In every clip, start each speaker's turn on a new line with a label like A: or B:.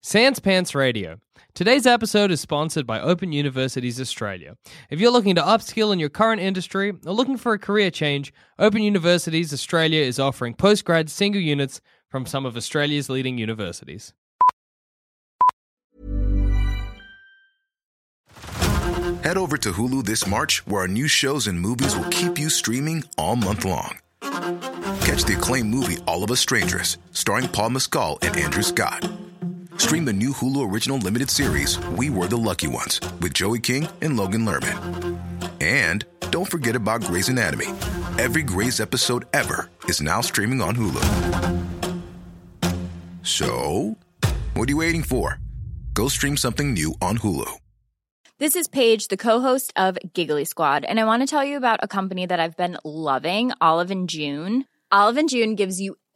A: Sans Pants Radio. Today's episode is sponsored by Open Universities Australia. If you're looking to upskill in your current industry or looking for a career change, Open Universities Australia is offering postgrad single units from some of Australia's leading universities.
B: Head over to Hulu this March, where our new shows and movies will keep you streaming all month long. Catch the acclaimed movie All of Us Strangers, starring Paul Mescal and Andrew Scott. Stream the new Hulu original limited series We Were the Lucky Ones with Joey King and Logan Lerman. And don't forget about Grey's Anatomy. Every Grey's episode ever is now streaming on Hulu. So, what are you waiting for? Go stream something new on Hulu.
C: This is Paige, the co-host of Giggly Squad, and I want to tell you about a company that I've been loving, Olive and June. Olive and June gives you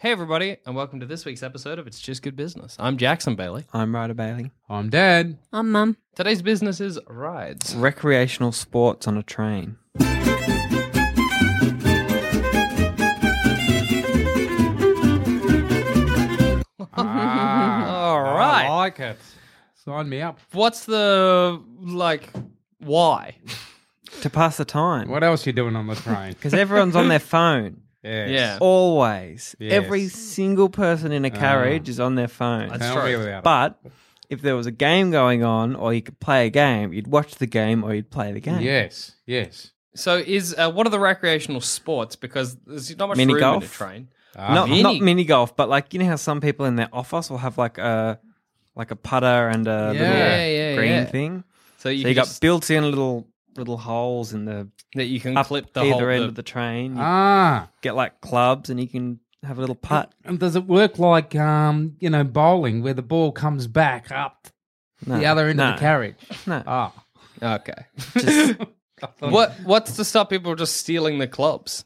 A: Hey, everybody, and welcome to this week's episode of It's Just Good Business. I'm Jackson Bailey.
D: I'm Ryder Bailey.
E: I'm Dad.
F: I'm mum.
A: Today's business is rides.
D: Hmm. Recreational sports on a train.
A: All
E: Ah, I
A: right.
E: like it. Sign me up.
A: What's the, like, why?
D: To pass the time.
E: What else you doing on the train?
D: Because everyone's on their phone.
E: Yes.
A: Yeah. Ah.
D: Always.
E: Yes.
D: Every single person in a carriage is on their phone.
A: That's
E: Can't
A: true.
E: be without it.
D: But if there was a game going on or you could play a game, you'd watch the game or you'd play the game.
E: Yes. Yes.
A: So, is uh, what are the recreational sports? Because there's not much
D: Mini
A: room in a
D: golf.
A: train.
D: not,
A: mini-
D: not mini golf, but like you know how some people in their office will have like a like a putter and a little
A: Yeah, yeah,
D: green
A: yeah.
D: thing.
A: So you,
D: so you
A: can
D: got
A: just-
D: built-in little little holes in the
A: that you can
D: up
A: clip the
D: either
A: whole
D: end
A: the-
D: of the train. You
E: Ah.
D: get like clubs, and you can have a little putt.
E: And does it work like um, you know, bowling where the ball comes back up
D: No,
E: the other end
D: no,
E: of the carriage?
D: No,
E: Ah.
A: Okay.
D: just,
A: What what's to stop people just stealing the clubs?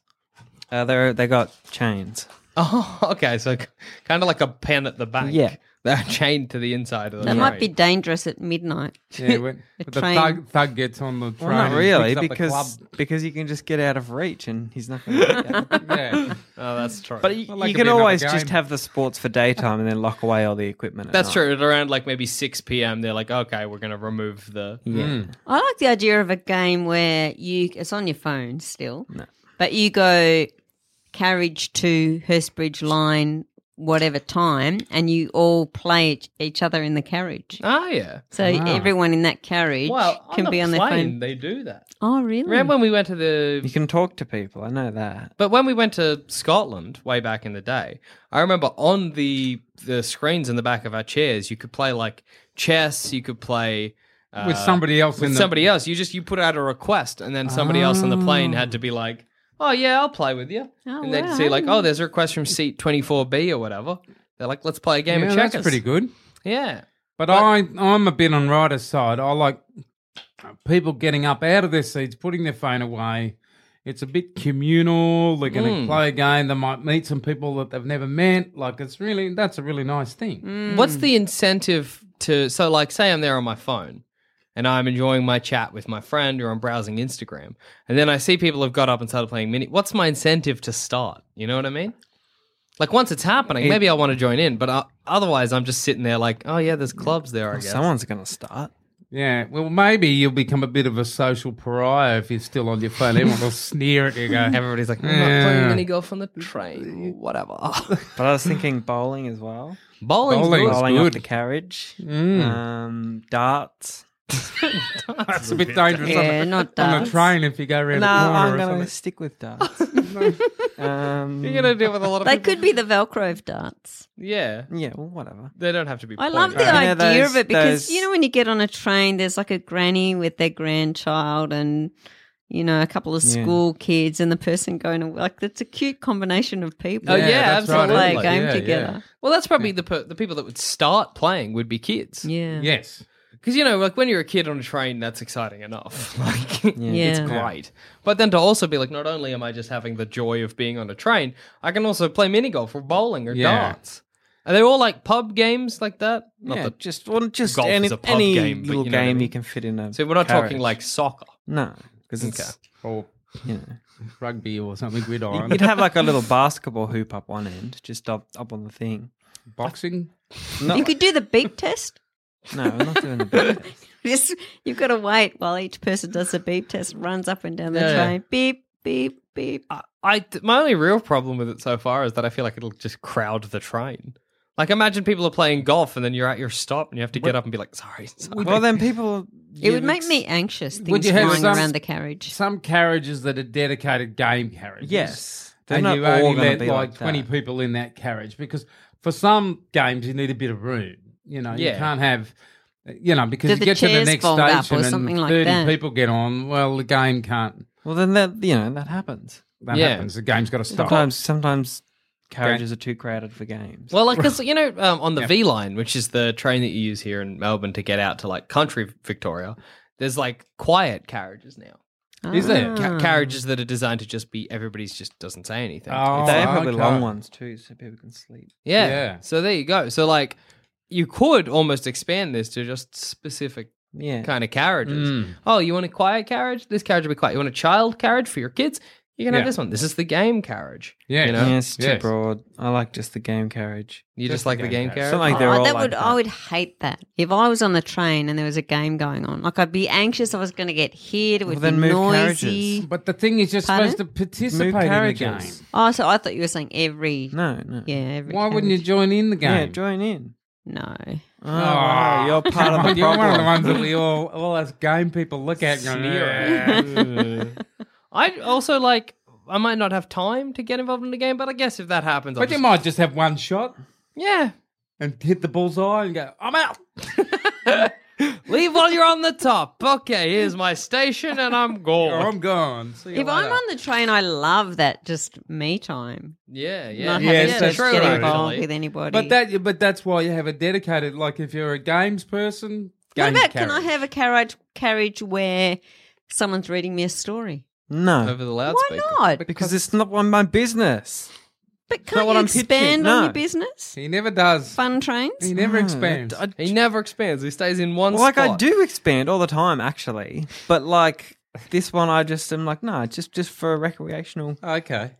D: uh, they they got chains.
A: Oh, okay. So kind of like a pen at the bank.
D: Yeah.
A: they're chained to the inside of the
F: That might be
A: train.
F: dangerous at midnight.
E: Yeah, when
F: A
E: the
F: train.
E: thug, thug gets on the train.
D: Well, not
E: and
D: really,
E: picks up the
D: because
E: club.
D: because you can just get out of reach, and he's not going to.
E: yeah.
A: Oh, that's true.
D: But you,
E: Well, that
D: you
E: could
D: can
E: be another
D: always
E: game.
D: just have the sports for daytime, and then lock away all the equipment. at
A: that's
D: night.
A: true. At around like maybe six p.m., they're like, okay, we're gonna remove the.
D: Yeah.
F: I like the idea of a game where you it's on your phone still, but you go carriage to Hurstbridge line whatever time, and you all play each- each other
E: Oh.
F: in the carriage.
A: Ah, yeah.
F: So everyone in that carriage
A: Well,
F: can be on their
A: plane,
F: phone.
A: They do that.
F: Oh, really?
A: Remember when we went to the
D: You can talk to people. I know that.
A: But when we went to Scotland way back in the day, I remember on the the screens in the back of our chairs, you could play like chess. You could play uh,
E: with somebody else
A: with
E: in the
A: somebody else. You just you put out a request, and then somebody else on the plane had to
E: Ah.
A: be like, "Oh yeah, I'll play with you."
F: Oh,
A: and they'd
F: wow,
A: see like,
F: I
A: "Oh, there's a request from seat twenty four B or whatever." They're like, "Let's play a game
E: yeah,
A: of checkers."
E: that's pretty good.
A: Yeah.
E: But I, I'm a bit on rider's side. I like people getting up out of their seats, putting their phone away. It's a bit communal. They're going to
A: Mm.
E: play a game. They might meet some people that they've never met. Like it's really that's a really nice thing.
A: What's the incentive to so like say I'm there on my phone and I'm enjoying my chat with my friend or I'm browsing Instagram and then I see people have got up and started playing mini what's my incentive to start? You know what I mean? Like once it's happening, maybe I want to join in, but uh otherwise I'm just sitting there like, oh yeah, there's clubs there. I guess
D: Someone's going to start.
E: Yeah. Well, maybe you'll become a bit of a social pariah if you're still on your phone. Everyone will sneer at you. Go.
A: everybody's like, I'm not playing mini golf on the train, whatever.
D: But I was thinking bowling as well.
A: Bowling's
E: Bowling.
A: good.
E: That's
D: bowling
E: good.
D: up the carriage.
E: Mm.
D: Um, darts.
E: That's a bit dangerous
F: Yeah,
E: on, the,
F: not
E: on
F: darts.
E: the train if you go around
D: No,
E: the corner
D: Uh, I'm
E: or
D: going to
E: something.
D: stick with darts. um,
A: You're gonna deal with a lot of
F: They
A: people.
F: could be the Velcro of darts.
A: Yeah,
D: yeah, well, whatever.
A: they don't have to be.
F: I love
A: pointed.
F: the
D: You know,
F: idea of
D: those-
F: it because
D: those-
F: you know when you get on a train, there's like a granny with their grandchild and you know a couple of
D: Yeah.
F: school kids and the person going to like that's a cute combination of people.
A: Oh, yeah,
E: that's right.
A: absolutely.
F: play a
A: like,
F: game
E: Yeah, yeah.
F: together.
A: Well, that's probably the per- the people that would start playing would be kids.
F: Yeah.
E: Yes.
A: Because you know, like when you're a kid on a train, that's exciting enough. Like it's
F: Yeah.
A: great. But then to also be like, not only am I just having the joy of being on a train, I can also play mini golf or bowling or
E: Yeah.
A: darts. Are they all like pub games like that? Not
D: yeah,
A: that-
D: just well, just
A: golf
D: any,
A: is a pub
D: any
A: game, but
D: little
A: you know what I
D: game
A: mean.
D: you can fit in a.
A: so we're not
D: carriage.
A: talking like soccer.
D: no, because it's
E: Or
D: you know
E: rugby or something gridiron.
D: you'd have like a little basketball hoop up one end, just up up on the thing.
E: Boxing.
D: No,
F: You could do the beep test.
D: no, we're not doing the big thing.
F: Just, you've got to wait while each person does the beep test, runs up and down the
A: Yeah.
F: train, beep, beep, beep.
A: I, I th- my only real problem with it so far is that I feel like it'll just crowd the train. Like imagine people are playing golf and then you're at your stop and you have to get up and be like, sorry. sorry.
D: Well, then people.
F: It would make me anxious. Things
E: you have
F: flying
E: some-
F: around the carriage.
E: Some carriages that are dedicated game carriages.
D: Yes, they're
E: and
D: not
E: you
D: all
E: only
D: gonna
E: let
D: be
E: like,
D: like that.
E: 20 people in that carriage because for some games you need a bit of room. You know,
A: Yeah.
E: you can't have, you know, because
F: Do
E: you
F: the
E: get to the
F: chairs
E: next
F: fold up
E: station
F: or
E: and
F: something like
E: 30
F: that?
E: people get on. Well, the game can't.
D: Well, then that you know that happens.
E: That
A: Yeah.
E: happens. The game's got to stop.
D: Sometimes, sometimes carriages are too crowded for games.
A: Well, like, because, you know, um, on the V line, which is the train that you use here in Melbourne to get out to like country Victoria, there's like quiet carriages now.
E: Is there?
F: Ah.
A: Ca- carriages that are designed to just be everybody's just doesn't say anything.
E: Oh,
D: they have probably
E: okay.
D: long ones too, so people can sleep.
A: yeah.
E: yeah.
A: So there you go. So, like, you could almost expand this to just specific
D: Yeah,
A: kind of carriages.
E: Mm.
A: Oh, you want a quiet carriage? This carriage will be quiet. You want a child carriage for your kids? You can have
E: Yeah.
A: this one. This is the game carriage.
E: Yeah.
A: You know?
D: yeah, it's too
E: Yes.
D: broad. I like just the game carriage.
A: You
E: Just
A: just like the game carriage.
D: Something like they're
F: Oh,
D: all
F: that
D: like
F: would
D: that.
F: I would hate that if I was on the train and there was a game going on. Like I'd be anxious. I was going to get hit. It
D: Well,
F: would
D: then
F: be
D: move
F: noisy.
E: But the thing is, you're
F: Pardon?
E: supposed to
D: Move
E: participate in the game.
D: carriages.
F: Oh, so I thought you were saying every.
D: No, no.
F: Yeah, every.
E: Why wouldn't you
F: carriage.
E: join in the game? Ah.
D: Yeah, join in.
F: No.
D: Oh, wow, you're part of the
E: You're one of the
D: problem.
E: ones that we all, all us game people look at. and go, "Yeah."
A: I also like. I might not have time to get involved in the game, but I guess if that happens, I'll
E: But you
A: just-
E: might just have one shot
A: yeah,
E: and hit the bullseye and go, I'm out.
A: leave while you're on the top. Okay, here's my station, and I'm
E: Or
A: gone.
E: I'm gone. See you
F: If I'm
E: later.
F: on the train, I love that just me time.
A: Yeah, yeah,
F: Not
E: Yeah,
F: having
E: it's
F: to
E: that's
F: just get
E: true,
F: involved
A: actually.
F: with anybody.
E: But that, but that's why you have a dedicated. Like if you're a games person,
F: What
E: game
F: about can I
E: carriage.
F: have a carriage carriage where someone's reading me a story?
D: No,
A: over the
F: Why
A: loudspeaker.
F: not?
D: because it's not one- my business.
F: But
D: not
F: can't
D: what
F: you
D: I'm pitching,
F: expand on
D: no.
F: your business?
E: He never does.
F: Fun trains?
E: He never
D: No,
E: expands.
D: I-
A: He never expands. He stays in one
D: like
A: spot.
D: I do expand all the time, actually. But like this one, I just am like, no, it's just just for recreational, uh,
E: okay.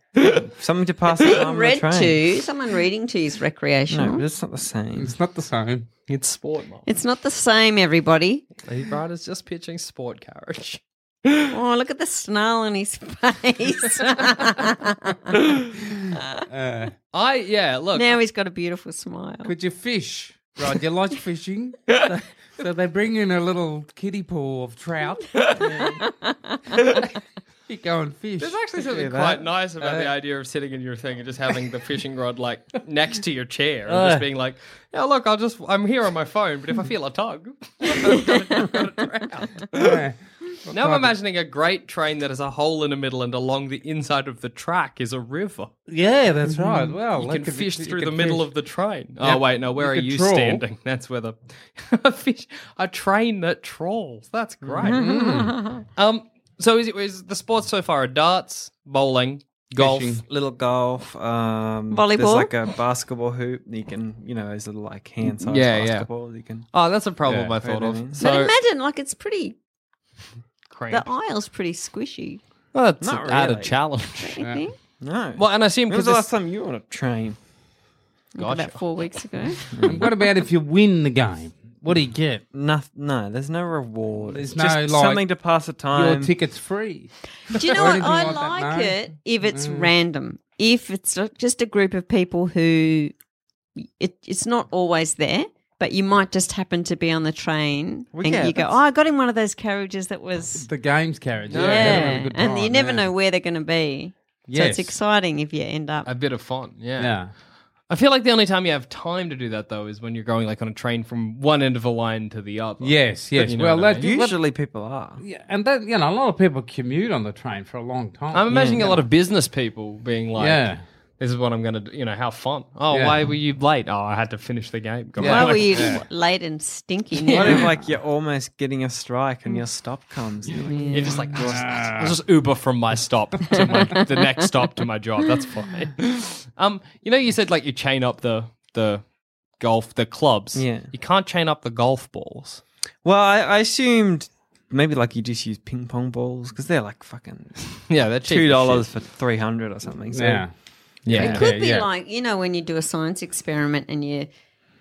D: something to pass the time on the
F: Read
D: train.
F: to someone reading to you is
D: No,
F: recreational.
D: but it's not the same.
E: It's not the same.
A: It's sport, Mark.
F: It's not the same, everybody.
A: Brada's just pitching sport carriage.
F: Oh, look at the snarl on his face.
E: Uh,
A: I yeah. Look,
F: now he's got a beautiful smile.
E: could you fish? Right, you like fishing, so they bring in a little kiddie pool of trout. you go and fish.
A: There's actually something
D: that.
A: quite nice about
E: Uh,
A: the idea of sitting in your thing and just having the fishing rod like next to your chair and
D: Uh.
A: just being like, "Yeah, look, I'll just I'm here on my phone, but if I feel a tug, I've got a- I've got a trout."
E: Yeah.
A: Now I'm imagining a great train that has a hole in the middle and along the inside of the track is a river.
E: Yeah, that's right. Well,
A: You
E: that
A: can
E: could be-
A: fish
E: Mm-hmm. you
A: through
E: could
A: the middle
E: fish.
A: of the train.
E: Yeah.
A: Oh wait, no, where
E: You
A: are
E: could
A: you
E: trawl.
A: standing? That's where the a fish a train that trawls. That's great.
E: Mm-hmm.
A: um so is it is the sports so far are darts, bowling, golf,
E: Fishing.
D: Little golf, um, There's
F: Volleyball?
D: like a basketball hoop. that You can, you know, there's a little like hand sized
A: Yeah, yeah.
D: basketball. that You can.
A: Oh, that's a problem
E: Yeah,
A: I thought
D: fair
A: of.
D: enough.
F: But
A: So
F: imagine, like, it's pretty.
A: crank.
F: The aisle's pretty swishy.
A: Well, that's
D: Not
A: an added
D: really.
A: challenge.
F: Don't you think?
D: No.
A: well, and I assume
D: when
A: because
D: was the last
A: this...
D: time you were on a train?
F: Like About four weeks ago.
E: And what about if you win the game? What do you get?
D: No, no, there's no reward.
E: There's
D: it's just
E: no, like,
D: something to pass the time.
E: Your ticket's free.
F: Do you know
E: Or
F: what?
E: anything
F: I
E: like
F: like,
E: that, no? Mm.
F: it if it's random. If it's like just a group of people who it, it's not always there, but you might just happen to be on the train
D: Well,
F: and
D: yeah,
F: you go,
D: that's-
F: "Oh, I got in one of those carriages that was."
E: The games carriage.
F: Yeah,
E: they're having a good
F: and you
E: time,
F: never
E: yeah.
F: know where they're going to be. So
E: Yes.
F: it's exciting if you end up.
A: a bit of fun, yeah.
E: Yeah.
A: I feel like the only time you have time to do that though is when you're going like on a train from one end of a line to the other.
E: Yes, yes.
A: you know
E: well,
A: what I
E: that,
D: Usually people are.
E: yeah, and that you know, a lot of people commute on the train for a long time.
A: I'm imagining a lot of business people being like,
E: Yeah.
A: this is what I'm going to do. You know, how fun. Oh,
E: Yeah.
A: why were you late? Oh, I had to finish the game. Got
E: Yeah.
F: Why
A: my-
F: were you
E: Yeah.
F: late and stinky?
D: What
F: now?
D: if like you're almost getting a strike and your stop comes? and you're like,
A: You're just like, "I'll just- I'll just Uber from my stop to my, the next stop to my job. That's fine. Um, you know, you said like you chain up the the golf the clubs.
D: Yeah.
A: you can't chain up the golf balls.
D: Well, I, I assumed maybe like you just use ping pong balls because they're like fucking
A: Yeah, they're cheap.
D: two dollars for three hundred or something. So
E: yeah.
A: Yeah,
F: It could
E: Yeah,
F: be
E: yeah.
F: like, you know, when you do a science experiment and you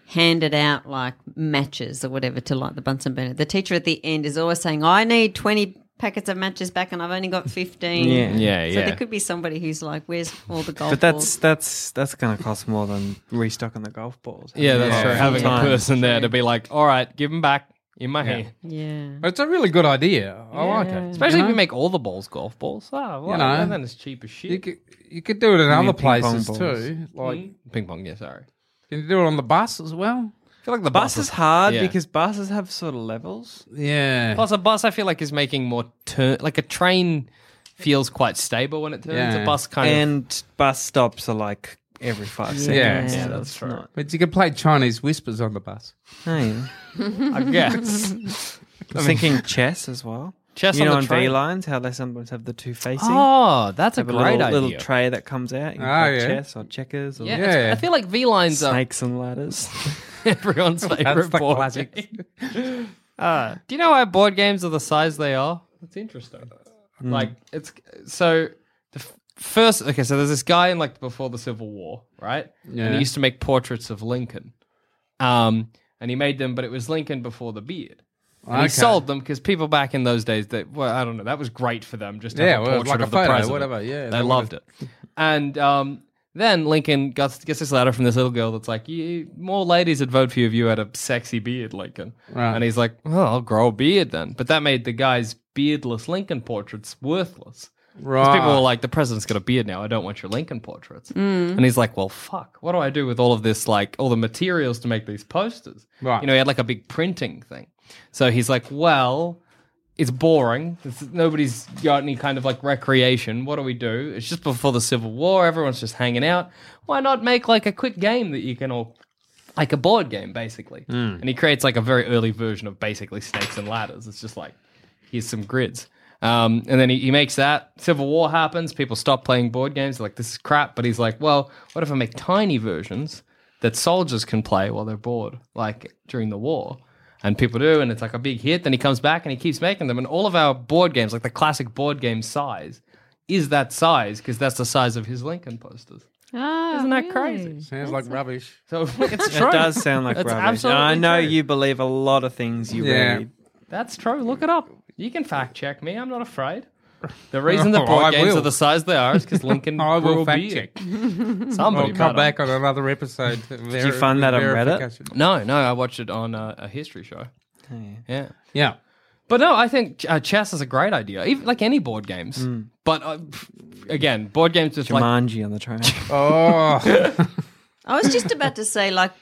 F: hand it out like matches or whatever to like the Bunsen burner. The teacher at the end is always saying, I need 20 packets of matches back and I've only got 15.
D: Yeah.
A: yeah,
F: So
A: yeah.
F: there could be somebody who's like, where's all the golf
D: But that's
F: balls?
D: that's that's gonna cost more than restocking the golf balls.
A: yeah, that's
E: Yeah.
A: true. Having a
D: Sometimes.
A: person there to be like, all right, give them back in my hand.
F: Yeah.
E: It's a really good idea. I like it.
A: Especially if
E: you know?
A: you make all the balls golf balls. Oh, well,
E: Uh-huh. You know.
A: then it's cheap as shit.
E: you could, you could do it in other
D: mean ping pong
E: places
D: balls.
E: too.
A: Hmm?
E: Like,
A: Ping pong, yeah, sorry.
E: can you do it on the bus as well?
A: I feel like the
D: Bus is hard
A: Yeah.
D: because buses have sort of levels.
E: Yeah.
A: Plus, a bus I feel like is making more turn. Like a train feels quite stable when it turns.
E: Yeah.
A: A bus kind of.
D: And bus stops are like every five seconds.
E: Yeah,
D: so
E: yeah,
A: that's
D: it's
A: true.
D: not-
E: But you could play Chinese whispers on the bus.
D: Oh, yeah.
A: I guess.
D: I was thinking chess as well.
A: Chess
D: you
A: on
D: know
A: the
D: on
A: train.
D: V lines how they sometimes have the two facing.
A: Oh, that's a
D: have a
A: great
D: little,
A: idea.
D: little tray that comes out. You can
E: Ah,
D: play
E: yeah.
D: chess or checkers or
A: yeah,
E: Yeah.
A: it's- I feel like V lines are
D: snakes and ladders.
A: everyone's favorite
E: That's the
A: board
E: classic.
A: game. Uh, do you know why board games are the size they are? That's interesting.
E: Hmm.
A: Like it's so the f- first. Okay, so there's this guy in like before the Civil War, right? And
E: Yeah.
A: he used to make portraits of Lincoln. Um, and he made them, but it was Lincoln before the beard. And he
E: Okay.
A: sold them because people back in those days, that well, I don't know, that was great for them. Just to
E: Yeah,
A: have a
E: well,
A: portrait
E: like a
A: of the
E: photo,
A: president.
E: whatever, yeah,
A: they,
E: they
A: loved it. And um, then Lincoln gets, gets this letter from this little girl that's like, you, "More ladies would vote for you if you had a sexy beard, Lincoln."
E: Right.
A: And he's like, "Oh, I'll grow a beard then." But that made the guy's beardless Lincoln portraits worthless. 'Cause
E: Right. Mm.
A: People were like, the president's got a beard now. I don't want your Lincoln portraits. And he's like, well, fuck. What do I do with all of this, like, all the materials to make these posters?
E: Right.
A: You know, he had like a big printing thing. So he's like, well, it's boring. It's, nobody's got any kind of like recreation. What do we do? It's just before the Civil War. Everyone's just hanging out. Why not make like a quick game that you can all. Like a board game, basically,
E: Mm.
A: and he creates like a very early version of basically snakes and ladders. It's just like here's some grids. Um, and then he, he makes that. Civil War happens. People stop playing board games. They're like, this is crap. But he's like, well, what if I make tiny versions that soldiers can play while they're bored, like during the war? And people do. And it's like a big hit. Then he comes back and he keeps making them. And all of our board games, like the classic board game size, is that size because that's the size of his Lincoln posters.
F: Oh,
A: Isn't that crazy?
E: Sounds like rubbish.
A: So it's true.
D: It does sound like
A: That's
D: rubbish.
A: absolutely
D: and I know
A: true.
D: you believe a lot of things you
E: Yeah.
D: read.
A: That's true. Look it up. You can fact check me. I'm not afraid. The reason the
E: I
A: board games
E: will.
A: are the size they are is because Lincoln
E: I
A: brew
E: will
A: a
E: fact
A: beer.
E: check.
A: Somebody
E: I'll
A: better.
E: come back on another episode. Did
D: you find that on Reddit?
A: No, no, I watched it on uh, a history show. Yeah.
E: Yeah.
A: But no, I think uh, chess is a great idea, even like any board games. But uh, pff, again, board games just like
D: Jumanji on the train.
E: Oh,
F: I was just about to say, like,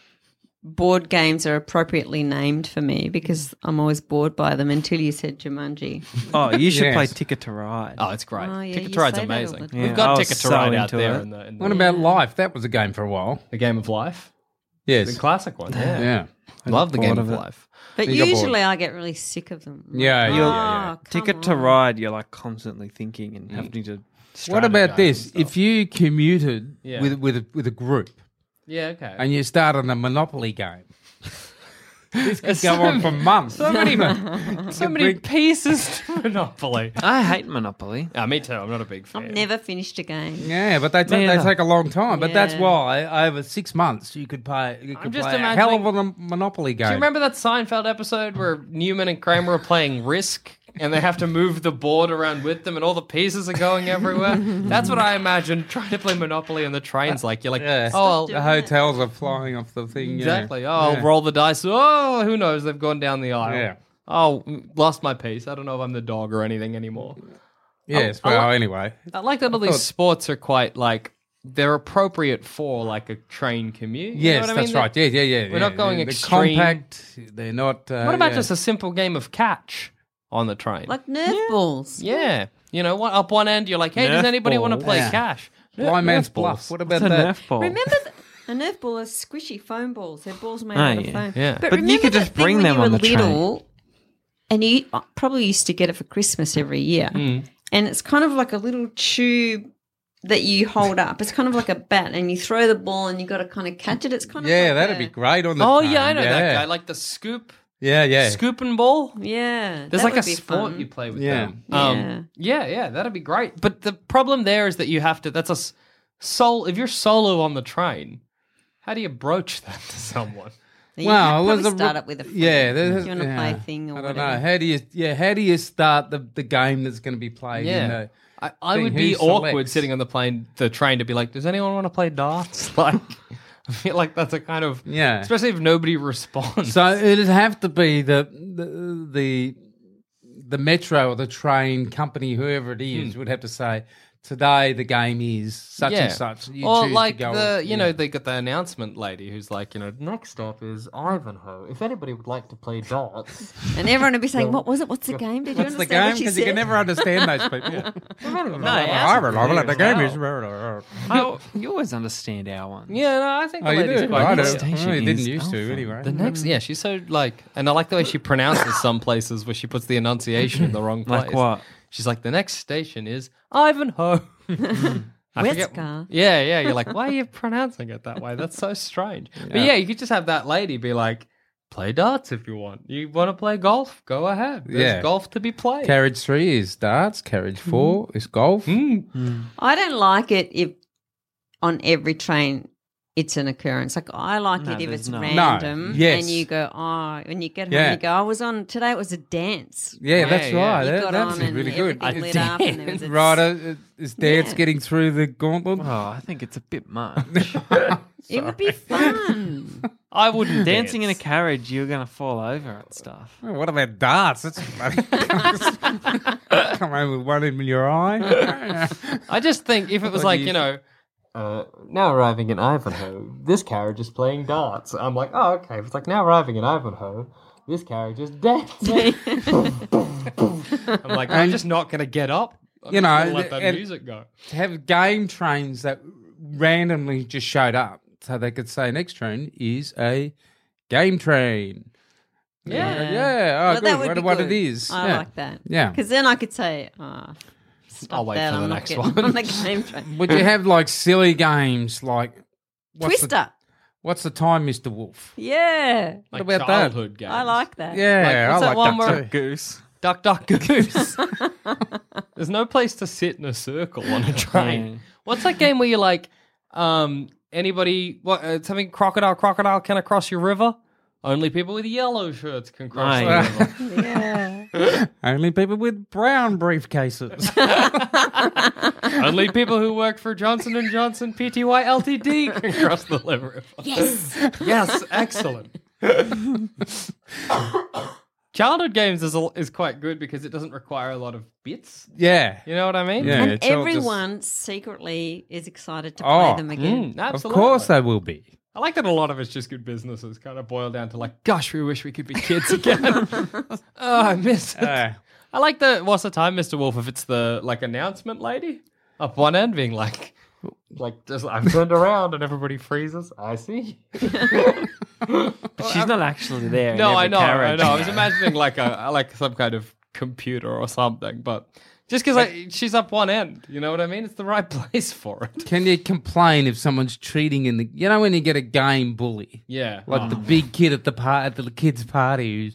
F: board games are appropriately named for me because I'm always bored by them until you said Jumanji.
D: oh, you should play
E: Yes.
D: Ticket to Ride.
A: oh, it's great.
F: Oh, yeah,
A: Ticket
F: you
A: to Ride's
F: say that all the
A: amazing.
F: time.
A: We've
D: Yeah,
A: got
D: I was
A: Ticket to
D: so
A: Ride out
D: into
A: there
D: it.
A: in the, in
E: what
A: the,
E: about life? That was a game for a while.
A: the Game of Life, the
E: Yes.
A: classic one. Yeah,
E: Yeah.
A: love the Game of
D: of it.
A: Life.
F: But
E: You got bored.
F: usually I get really sick of them.
E: Yeah,
F: Like,
E: yeah,
F: oh,
E: yeah, yeah.
F: come
D: Ticket to
F: on.
D: Ride, you're like constantly thinking and
E: Mm.
D: having to.
E: What about
A: strategising
E: this?
A: stuff.
E: If you commuted
A: Yeah.
E: with with a, with a group
A: Yeah, okay.
E: and you started a Monopoly game, this could
A: There's
E: go
A: so
E: on for
A: many-
E: months.
A: so many, so many pieces to Monopoly.
D: I hate Monopoly.
A: Yeah, Ah, me too. I'm not a big fan.
F: I've never finished a game.
E: Yeah, but they take,
D: Yeah.
E: they take a long time. But that's
F: Yeah.
E: why over six months you could play. You could
A: just
E: play a hell of
A: imagining-
E: a Monopoly game.
A: Do you remember that Seinfeld episode where Newman and Kramer are playing Risk and they have to move the board around with them and all the pieces are going everywhere? That's what I imagine trying to play Monopoly on the trains. Like, you're like,
E: Yeah.
A: oh,
E: the
A: I'll,
E: hotels are flying off the thing? yeah.
A: exactly. Oh,
E: Yeah.
A: I'll roll the dice. Oh, who knows? They've gone down the aisle.
E: Yeah.
A: Oh, lost my piece. I don't know if I'm the dog or anything anymore.
E: Yes.
A: I- I
E: well,
A: like-
E: anyway,
A: I like that all
E: thought-
A: these sports are quite like, they're appropriate for like a train commute. You know
E: Yes,
A: what I
E: that's
A: mean?
E: right. Yeah, yeah, yeah.
A: we're not
E: yeah.
A: going
E: They're
A: extreme.
E: compact. They're not. Uh,
A: What about
E: yeah.
A: just a simple game of catch on the train?
F: Like Nerf balls.
A: Yeah. You know what? Up one end, you're like, hey, does
D: Nerf
A: anybody want to
D: balls.
A: play
E: Yeah.
A: cash?
E: blind man's
A: Nerf balls.
E: bluff? What about
D: It's a
E: that?
D: Nerf ball.
F: Remember, th- a Nerf ball is squishy foam balls. They're balls made
D: Oh,
F: out of
D: yeah.
F: foam.
A: Yeah.
D: But you
F: remember
D: could
F: that
D: just
F: thing
D: bring
F: when
D: them
F: you were
D: on the train.
F: little, And you I probably used to get it for Christmas every year. And it's kind of like a little tube that you hold up. It's kind of like a bat, and you throw the ball, and you got to kind of catch it. It's kind of
E: Yeah,
F: like
E: that'd
F: a-
E: be great on the.
A: Oh,
E: phone.
A: yeah, I know that
E: Yeah.
A: guy. Like the scoop,
E: yeah, yeah.
A: scoop and ball.
F: Yeah,
A: There's
F: that
A: like a
F: would be
A: sport
F: fun.
A: you play with
E: Yeah.
A: them. Um, yeah. yeah, that'd be great. But the problem there is that you have to, that's a s- sol. If you're solo on the train, how do you broach that to someone?
F: You could
E: Well, there's
F: probably
E: a
F: start
E: r-
F: up with a friend.
E: yeah.
F: Do you
E: there's-
F: want to
E: yeah.
F: play a thing or
E: I don't
F: whatever?
E: know. How do you? Yeah, how do you start the, the game that's going to be played?
A: Yeah.
E: You know?
A: I, I
E: Thing,
A: would
E: who
A: be awkward
E: selects?
A: sitting on the plane, the train to be like, does anyone want to play darts? Like, I feel like that's a kind of,
E: Yeah.
A: especially if nobody responds.
E: So it'd have to be the the the, the metro or the train company, whoever it
A: Hmm.
E: is, would have to say today the game is such and such. You
A: or
E: choose to
A: like
E: go
A: the
E: with-
A: you know they got the announcement lady who's like you know next up is Ivanhoe. If anybody would like to play darts,
F: And everyone would be saying, "What was it? What's the game? Did you
E: What's the
F: understand
E: game?
F: what she
E: Because you can
F: said?"
E: never understand those people.
D: ask
E: Ireland, Ireland, the game is.
D: I, you always understand our ones.
A: yeah, no, I think
E: Oh,
A: the
E: you
A: lady's
E: do?
A: quite
E: I
A: good.
E: don't. I really didn't used to, anyway.
A: The next, yeah, she's so like, and I like the way she pronounces some places where she puts the enunciation in the wrong place.
D: Like what?
A: She's like, the next station is Ivanhoe. I forget-
F: Whisker.
A: Yeah, yeah. You're like, why are you pronouncing it that way? That's so strange. But yeah, you could just have that lady be like, play darts if you want. You want to play golf? Go ahead. There's
E: Yeah.
A: golf to be played.
E: Carriage three is darts. Carriage
F: Hmm.
E: four is golf.
A: Mm.
D: Hmm.
F: I don't like it if on every train it's an occurrence. Like I like
D: No,
F: it if
D: there's
F: it's
D: not. No,
F: random
E: yes.
F: and you go, oh, when you get home,
E: Yeah.
F: you go, I was on today. It was a dance.
E: Yeah,
A: Yeah,
E: that's
A: yeah.
E: right.
F: You
E: That,
F: got
E: that's
F: on and
E: really good.
F: everything
E: It's-
F: lit up and there was a
E: Ryder is dance
F: Yeah.
E: getting through the gauntlet.
D: Oh, I think it's a bit much.
F: It would be fun.
A: I wouldn't
D: Dancing in a
A: dance.
D: carriage, you're going to fall over and stuff.
E: Well, Oh, What about darts? That's bloody- come home with one in your eye.
A: I just think if it was like, you know, uh, now arriving in Ivanhoe, this carriage is playing darts. I'm like, oh, okay. If it's like, now arriving in Ivanhoe, this carriage is dancing. I'm like, I'm just not going to get up. I'm
E: You
A: just gonna
E: know,
A: let that
E: and-
A: music go.
E: to have game trains that randomly just showed up, so they could say next train is a game train.
A: Yeah.
E: yeah. Oh,
F: But
E: good.
F: that would
E: what,
F: be
E: what
F: good.
E: it is?
F: I
E: yeah.
F: like that.
E: Yeah.
F: Because then I could say, oh, stop
A: I'll wait
F: that.
A: for the
F: I'm not
A: next
F: getting
A: one."
F: on the game train.
E: Would
A: Hmm.
E: you have like silly games like what's
F: Twister.
E: The, what's the time, Mister Wolf?
F: yeah.
A: Like
E: about that?
A: childhood games.
F: I like that.
E: Yeah,
A: what's
E: I
A: that
E: like
A: one
E: that
A: where-
E: too.
D: Goose.
A: Duck, duck, goose. There's no place to sit in a circle on a train. What's that game where you're like, um, anybody, what, uh, something, crocodile, crocodile, can I cross your river? Only people with yellow shirts can cross
D: Aye.
A: the river.
F: Yeah.
E: Only people with brown briefcases.
A: Only people who work for Johnson and Johnson Pty Ltd can cross the river.
C: Yes.
A: Yes, excellent. Childhood games is a- is quite good because it doesn't require a lot of bits.
E: yeah.
A: You know what I mean?
E: Yeah,
F: and
E: it's all just-
F: everyone secretly is excited to
E: Oh.
F: play them again.
A: Mm, absolutely.
E: Of course they will be.
A: I like that a lot of it's just good businesses kind of boil down to like, gosh, we wish we could be kids again. oh, I miss it.
E: Uh,
A: I like the what's the time, Mr. Wolf, if it's the like announcement lady up one end being like like just I'm turned around and everybody freezes. I see.
D: But she's not actually there. in
A: No,
D: every
A: I know, I
D: carriage.
A: know. I was imagining like a like some kind of computer or something, but just because she's up one end, you know what I mean? It's the right place for it.
E: can you complain if someone's cheating in the? You know when you get a game bully,
A: Yeah, Oh.
E: like the big kid at the par- at the kids' party who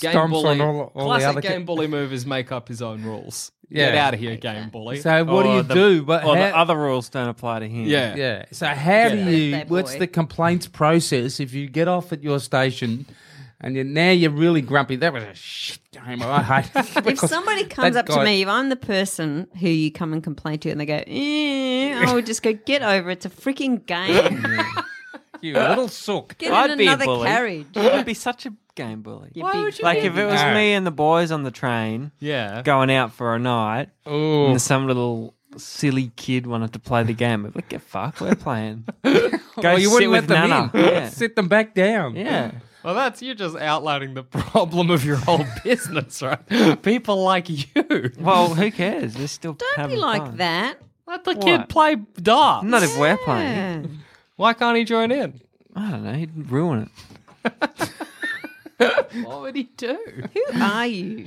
A: game
E: stomps
A: bully.
E: on all, all the
A: classic
E: other
A: game
E: ki-
A: bully move is make up his own rules.
E: Yeah.
A: Get out of here, game bully.
E: So what do
D: Or
E: you
D: the-
E: do? But
D: or the
E: how-
D: other rules don't apply to him.
A: yeah.
E: Yeah. So how do
A: Yeah.
E: you?
F: Birthday
E: What's
F: boy.
E: the complaints process if you get off at your station, and you now you're really grumpy? That was a shit game. I hate. it."
F: If
E: Because
F: somebody comes
E: that
F: up to
E: guy-
F: me, if I'm the person who you come and complain to, and they go, eh, I would just go, get over it. It's a freaking game.
E: you little sook.
F: Get
D: I'd
F: in
D: be a
F: another
D: bully.
F: carriage.
D: I'd be such a game bully.
F: You big-
D: Like if it was
E: No.
D: me and the boys on the train
A: Yeah.
D: going out for a night,
E: Oh,
D: and some little silly kid wanted to play the game, I'd be like, get fuck, we're playing. Go
E: well, you
D: sit
E: wouldn't let
D: with
E: them
D: Nana.
E: in.
D: Yeah.
E: Sit them back down.
D: yeah.
A: Well, that's you just outlining the problem of your whole business, right? People like you.
D: Well, who cares? They're still
F: Don't be
D: having
F: like
D: fun.
F: that.
A: Let the kid
D: What?
A: play darts.
D: Not if we're playing.
F: Yeah.
A: Why can't he join in?
D: I don't know. He'd ruin it.
A: What would he do?
F: Who are you?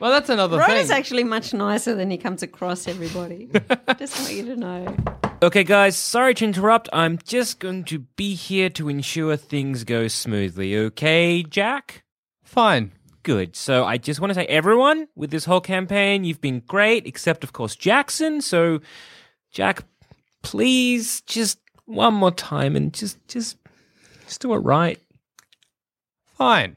A: Well, that's another
F: Rhoda's
A: thing.
F: actually much nicer than he comes across, everybody. Just want you to know.
G: Okay, guys, sorry to interrupt. I'm just going to be here to ensure things go smoothly, okay, Jack?
A: Fine.
G: Good. So I just want to say, everyone, with this whole campaign, you've been great, except, of course, Jackson. So, Jack, please, just one more time and just, just, just do it right.
A: Fine.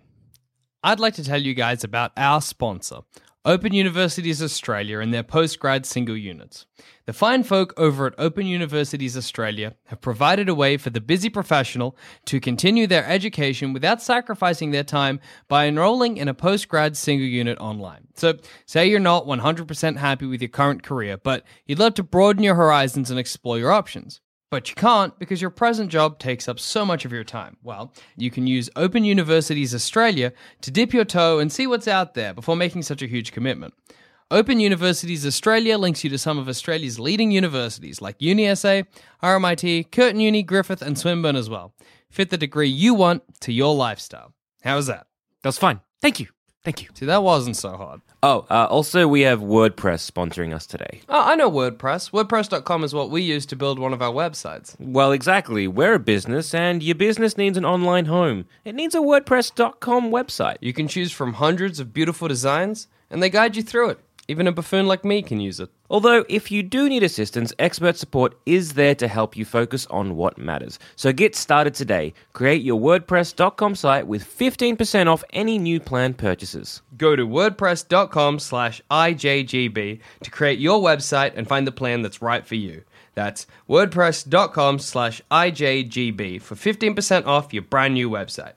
A: I'd like to tell you guys about our sponsor, Open Universities Australia and their postgrad single units. The fine folk over at Open Universities Australia have provided a way for the busy professional to continue their education without sacrificing their time by enrolling in a postgrad single unit online. So, say you're not 100% happy with your current career, but you'd love to broaden your horizons and explore your options. But you can't because your present job takes up so much of your time. Well, you can use Open Universities Australia to dip your toe and see what's out there before making such a huge commitment. Open Universities Australia links you to some of Australia's leading universities like UniSA, RMIT, Curtin Uni, Griffith, and Swinburne as well. Fit the degree you want to your lifestyle. How's that?
G: That's fine. Thank you. Thank you.
A: See, that wasn't so hard.
G: Oh, uh, also, we have WordPress sponsoring us today.
A: Oh, I know WordPress. WordPress.com is what we use to build one of our websites.
G: Well, exactly. We're a business, and your business needs an online home. It needs a WordPress.com website.
A: You can choose from hundreds of beautiful designs, and they guide you through it. Even a buffoon like me can use it.
G: Although, if you do need assistance, expert support is there to help you focus on what matters. So get started today. Create your WordPress.com site with 15% off any new plan purchases.
A: Go to wordpress.com slash IJGB to create your website and find the plan that's right for you. That's wordpress.com slash IJGB for 15% off your brand new website.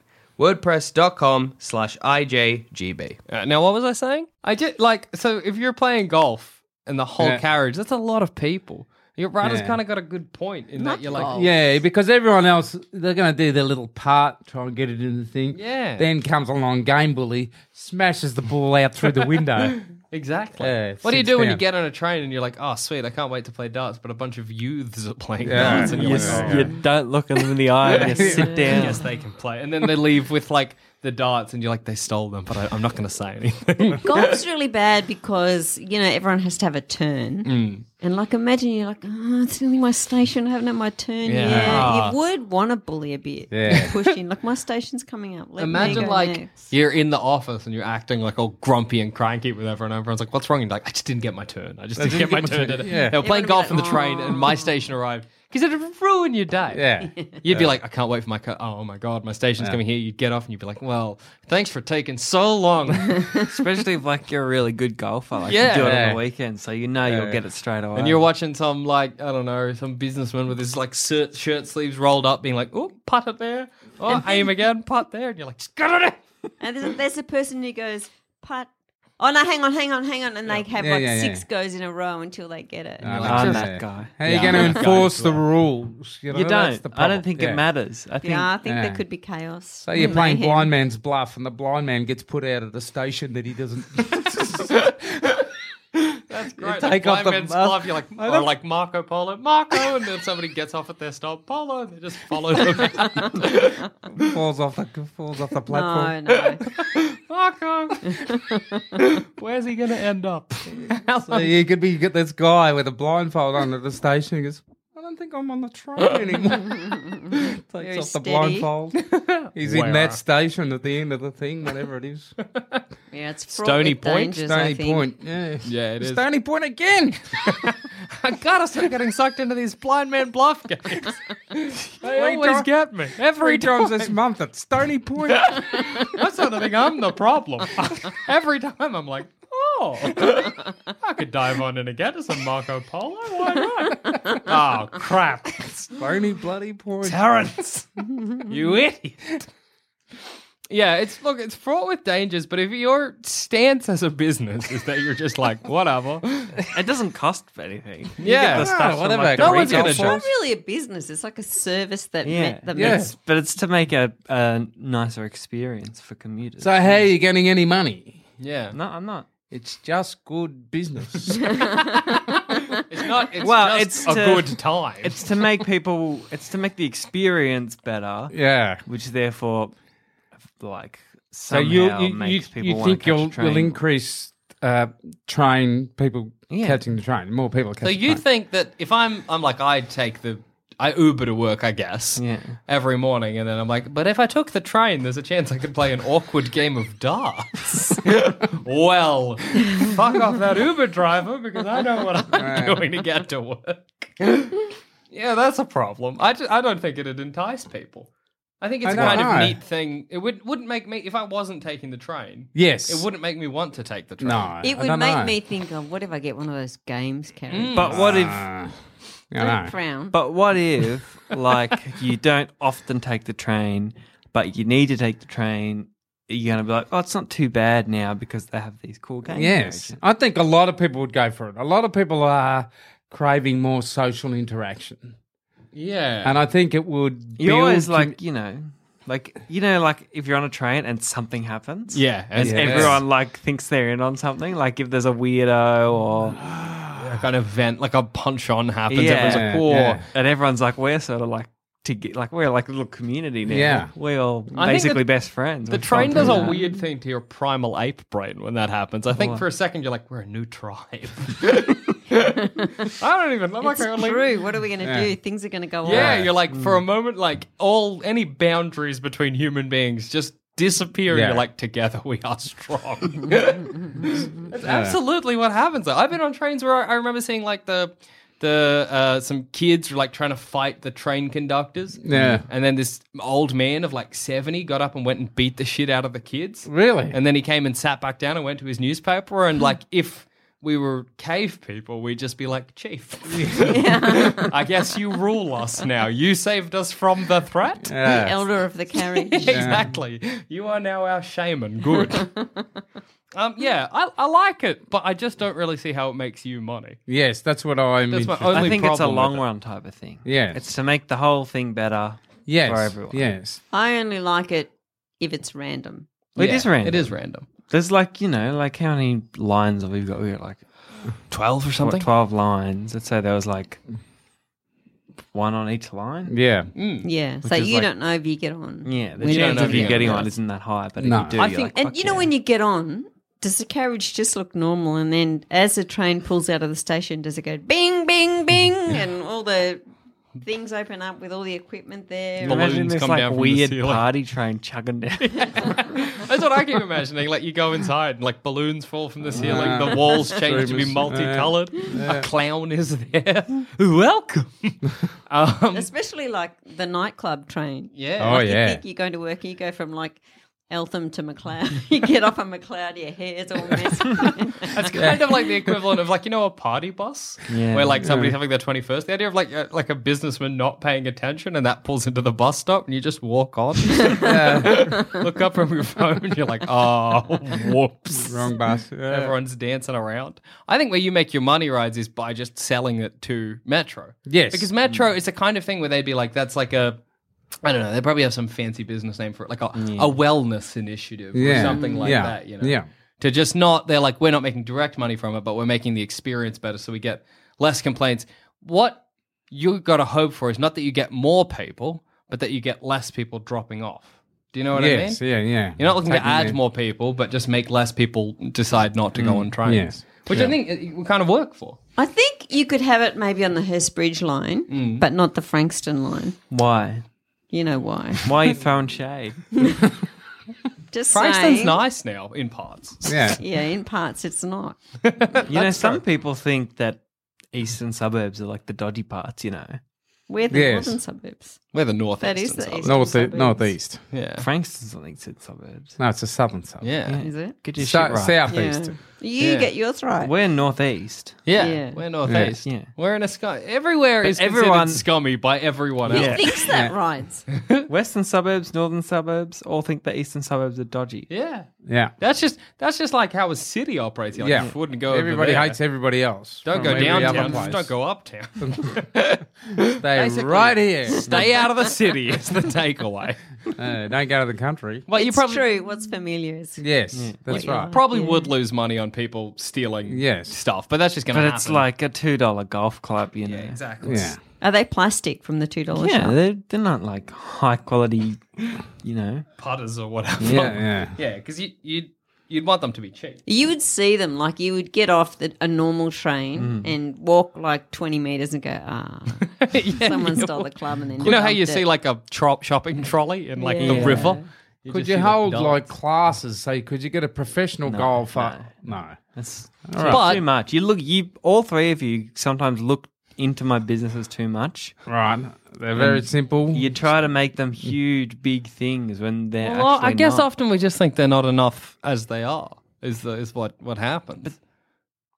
A: WordPress.com slash IJGB. Uh, now, what was I saying? I just like, so if you're playing golf and the whole
E: Yeah.
A: carriage, that's a lot of people. Your rider's
E: Yeah.
A: kind of got a good point in that you're
D: Oh.
A: like,
E: Yeah, because everyone else they're going to do their little part, try and get it in the thing.
A: Yeah.
E: Then comes along game bully, smashes the ball out through the window.
A: Exactly.
E: Yeah, it
A: what do you
E: sinks
A: do when you
E: down.
A: get on a train and you're like, oh, sweet, I can't wait to play darts, but a bunch of youths are playing
E: Yeah.
A: darts and you're
D: Yes,
A: like, oh,
D: you don't look at them in the eye and you sit down.
A: yes, they can play. And then they leave with like the darts and you're like, they stole them, but I, I'm not going to say anything.
F: Golf's really bad because, you know, everyone has to have a turn.
E: Mm.
F: And like, imagine you're like, oh, it's only my station. I haven't had my turn
A: Yeah.
F: yet.
A: Ah.
F: You would want to bully a bit.
E: Yeah.
F: Pushing. Like, my station's coming up. Let me
A: Imagine
F: go
A: like
F: next.
A: you're in the office and you're acting like all grumpy and cranky with everyone. Everyone's like, what's wrong? And you're like, I just didn't get my turn. I just didn't, get, my turn.
E: Yeah.
A: They were
F: Everyone
A: playing golf
F: would
A: on
F: be
A: the
F: like,
A: train and my station arrived. because it'd ruin your day.
E: Yeah.
A: You'd be like, I can't wait for my car. Oh my god, my station's coming here. You'd get off and you'd be like, Well, thanks for taking so long.
D: Especially if like you're a really good golfer, like
A: Yeah.
D: you do it on
E: Yeah.
D: the weekend, so you know you'll get it straight away.
A: and you're watching some like I don't know, some businessman with his like shirt, shirt sleeves rolled up, being like, Oh, putt it there. Oh, aim again, putt there, and you're like, just got it.
F: And there's a, there's a person who goes, putt. Oh, no, hang on, hang on, hang on. And they have
E: Yeah,
F: like
E: yeah,
F: six
E: yeah.
F: goes in a row until they get it.
E: I
D: I'm
E: just-
D: that guy.
E: How are
A: Yeah,
E: you going to
A: I'm that guy
E: enforce
A: as
E: the
A: well.
E: rules? know,
D: You
E: that's
D: don't.
E: the
D: I
E: problem.
D: don't think
E: Yeah.
D: it matters. I think
F: yeah, I think
E: yeah.
F: there could be chaos.
E: So you're
F: and
E: playing
F: mayhem.
E: blind man's bluff, and the blind man gets put out of the station that he doesn't.
A: That's great.
D: take
A: Like,
D: off
A: blind
D: the
A: man's
D: mask.
A: glove, you're like, or like Marco Polo, Marco, and then somebody gets off at their stop, Polo, and they just follow them.
E: falls off the falls off the
F: No,
E: platform.
F: no.
A: Marco, where's he gonna end up?
E: So you could be you get this guy with a blindfold on at the station. He goes, I don't think I'm on the train anymore. Takes
F: Very
E: off the
F: steady.
E: blindfold. He's in
A: Wow.
E: that station at the end of the thing, whatever it is.
F: Yeah, it's fraught
A: Stony
F: with
A: Point?
F: dangers, I
E: Stony
F: think.
E: Point. Yeah.
A: Yeah, it is.
E: Stony Point again.
A: God, I start getting sucked into these blind man bluff games. They
E: Three
A: always
E: times-
A: get me every
E: Three
A: time.
E: times this month at Stony Point.
A: I sort of think I'm the problem. every time I'm like, oh, I could dive on in again to some Marco Polo. Why not? Oh crap,
E: Stony bloody point.
A: Terrence, you idiot. Yeah, it's look, it's fraught with dangers, but if your stance as a business is that you're just like, whatever,
D: it doesn't cost anything. You
A: Yeah.
D: get the
A: No,
D: stuff from,
E: Ah, whatever,
D: like, the
A: no one's gonna
D: retail
A: judge.
D: stores.
F: Oh, Not really a business. It's like a service that
D: Yeah,
F: met the
D: yeah.
F: met-
D: It's- but it's to make a, a nicer experience for commuters.
E: So how are you getting any money?
A: yeah,
D: no, I'm not.
E: It's just good business.
A: it's not. It's
D: Well,
A: just
D: it's
A: a
D: to-
A: good time.
D: It's to make people. It's to make the experience better,
E: yeah.
D: which therefore, like,
E: So
D: somehow
E: you you, you,
D: makes people
E: you
D: want
E: think
D: to catch
E: you'll,
D: a train.
E: you'll increase uh, train people
D: Yeah.
E: catching the train? More people catching.
A: So
E: the
A: you
E: train.
A: think that if I'm, I'm like, I take the, I Uber to work, I guess,
D: Yeah.
A: every morning, and then I'm like, but if I took the train, there's a chance I could play an awkward game of darts. well, fuck off that Uber driver because I know what I'm doing to get to work. yeah, that's a problem. I, ju- I don't think it'd entice people. I think it's
E: I
A: a
E: don't
A: kind of
E: know.
A: neat thing. It would, wouldn't make me, if I wasn't taking the train,
E: Yes.
A: it wouldn't make me want to take the train.
E: No.
F: It
E: I
F: would
E: don't
F: make
E: know.
F: me think, oh, what if I get one of those games,
A: Mm.
F: Karen?
D: But what if?
E: Uh, you
F: Don't
E: know.
F: frown.
D: But what if, like, you don't often take the train, but you need to take the train? You're gonna be like, oh, it's not too bad now because they have these cool games.
E: Yes, I think a lot of people would go for it. A lot of people are craving more social interaction,
A: Yeah.
E: and I think it would.
D: You always
E: build com-
D: like, you know, like you know, like if you're on a train and something happens.
A: yeah.
D: And
A: it's-
D: everyone like thinks they're in on something. Like if there's a weirdo or
A: like an event, like a punch on happens.
D: Yeah.
A: Everyone's like, whoa.
E: Yeah.
D: and everyone's like we're sort of like to get like we're like a little community now.
E: Yeah.
D: we're all
A: I think
D: basically
A: the-
D: best friends.
A: The
D: We
A: train
D: can't
A: does
D: do
A: a
D: that.
A: weird thing to your primal ape brain when that happens. I think for a second you're like, we're a new tribe. I don't even. I'm like,
F: it's
A: I only-
F: true. What are we going to do? Things are going to go
A: Yeah,
F: on.
A: you're like for a
E: Mm.
A: moment, like all any boundaries between human beings just disappear. And
E: Yeah.
A: you're like, together we are strong. That's absolutely what happens. Though. I've been on trains where I, I remember seeing like the the uh, some kids were like trying to fight the train conductors.
E: Yeah.
A: and then this old man of like seventy got up and went and beat the shit out of the kids.
E: Really?
A: And then he came and sat back down and went to his newspaper and like if. We were cave people. We'd just be like, Chief, I guess you rule us now. You saved us from the threat.
E: Yeah.
F: Elder of the carriage.
A: Exactly. You are now our shaman. Good. um, yeah, I, I like it, but I just don't really see how it makes you money.
E: yes, that's what I'm.
A: That's my
E: interested-
A: only
D: I think it's a
A: problem with
D: long
A: it.
D: run type of thing.
E: Yeah.
D: it's to make the whole thing better.
E: yes,
D: for everyone.
E: yes.
F: I only like it if it's random.
D: It
A: Yeah,
D: is random.
A: It is random.
D: There's like you know, like how many lines have we got? We got like
A: 12 or
D: what, twelve lines. Let's say there was like one on each line.
E: Yeah,
F: Yeah. so
D: Hmm. is
F: you
D: like-
F: don't know if you get on.
D: Yeah, the
A: We don't
D: chance
A: know
D: of
A: if
D: you
A: you
D: getting
A: get
D: on
A: it.
D: isn't that high, but
E: No.
D: if you do,
A: I
D: you're
A: think-
D: like,
F: And you know when you get on, does the carriage just look normal? And then as the train pulls out of the station, does it go bing, bing, bing? And all the things open up with all the equipment there.
A: Balloons
D: Imagine this
A: come
D: like
A: down from the
D: weird
A: ceiling.
D: party train chugging down.
A: That's what I keep imagining. Like you go inside, and like balloons fall from the ceiling, the walls change to be multicolored. A clown is there. Welcome. um,
F: Especially like the nightclub train.
A: yeah.
E: Oh
F: You
E: yeah.
F: think you're going to work and you go from like Eltham to McLeod. you get off on McLeod, your hair's all messy.
A: That's kind of like the equivalent of like you know a party bus
D: Yeah.
A: where like somebody's having their twenty first. The idea of like a, like a businessman not paying attention and that pulls into the bus stop and you just walk on, look up from your phone. You're like, oh, whoops,
E: Wrong bus. Yeah.
A: Everyone's dancing around. I think where you make your money rides is by just selling it to Metro.
E: Yes.
A: Because Metro is the kind of thing where they'd be like, that's like a, I don't know, they probably have some fancy business name for it, like a, a wellness initiative or
E: Mm. Yeah.
A: something like
E: Yeah.
A: that, you know?
E: Yeah.
A: To just not, they're like, we're not making direct money from it, but we're making the experience better so we get less complaints. What you got to hope for is not that you get more people, but that you get less people dropping off. Do you know what I mean?
E: yes. Yeah. Yeah.
A: You're not looking to
E: Taking
A: add
E: the-
A: more people, but just make less people decide not to go on trains,
E: yes.
A: which I think it would kind of work for.
F: I think you could have it maybe on the Hurstbridge line,
A: Mm.
F: but not the Frankston line.
D: Why?
F: You know why?
D: Why are you throwing shade?
F: Just
A: Frankston's
F: saying.
A: nice now in parts.
E: Yeah.
F: Yeah, in parts it's not.
D: You know, some people think that eastern suburbs are like the dodgy parts, you know.
F: We're the
E: Yes.
F: northern suburbs.
A: We're the north.
F: That is the east.
E: North northeast.
A: Yeah.
D: Frankston's, I think, said suburbs.
E: No, it's a southern suburb.
A: Yeah.
F: Is it?
D: Get your
E: So-
D: shit right.
E: Southeast.
F: Yeah. You
A: Yeah.
F: get yours right.
D: We're northeast.
A: Yeah.
F: Yeah.
A: We're northeast.
D: Yeah.
A: We're in a scum. Everywhere is everyone
D: everyone-
A: scummy by everyone else.
D: Yeah.
F: Thinks that right.
D: Western suburbs, northern suburbs, all think the eastern suburbs are dodgy.
A: Yeah.
E: Yeah.
A: That's just that's just like how a city operates. You're Like,
E: Yeah.
A: You wouldn't go.
E: Everybody
A: over there.
E: hates everybody else.
A: Don't
E: from
A: go
E: every other
A: downtown. Just
E: place.
A: don't go uptown.
E: Stay right here.
A: Stay out of the city. It's the takeaway.
E: Uh, don't go to the country.
A: Well, you
F: It's
A: probably
F: true. What's familiar is
E: Yes, that's right.
A: probably would lose money on people stealing
E: Yes.
A: stuff, but that's just going to
D: But
A: happen.
D: it's like a $2 golf club, you know.
A: yeah, exactly.
E: Yeah,
F: Are they plastic from the two dollar
D: Yeah,
F: shop?
D: they're, they're not like high quality, you know.
A: putters or whatever.
E: yeah, yeah.
A: yeah, because you you you'd want them to be cheap.
F: You would see them like you would get off the, a normal train and walk like twenty meters and go, ah, someone stole the club and then
A: You know how you
F: dumped
A: see
F: it.
A: like a tro- shopping trolley in like the
F: Yeah.
A: river.
E: Could
A: just
E: you
A: see, like,
E: hold
A: dollars.
E: like classes? So could you get a professional golfer? No.
D: That's
E: right.
A: But-
D: too much. You look, you all three of you sometimes look into my businesses too much.
E: right? They're very simple.
D: You try to make them huge, big things when they're
A: Well,
D: actually
A: I guess
D: not.
A: often we just think they're not enough as they are. Is the, is what what happens.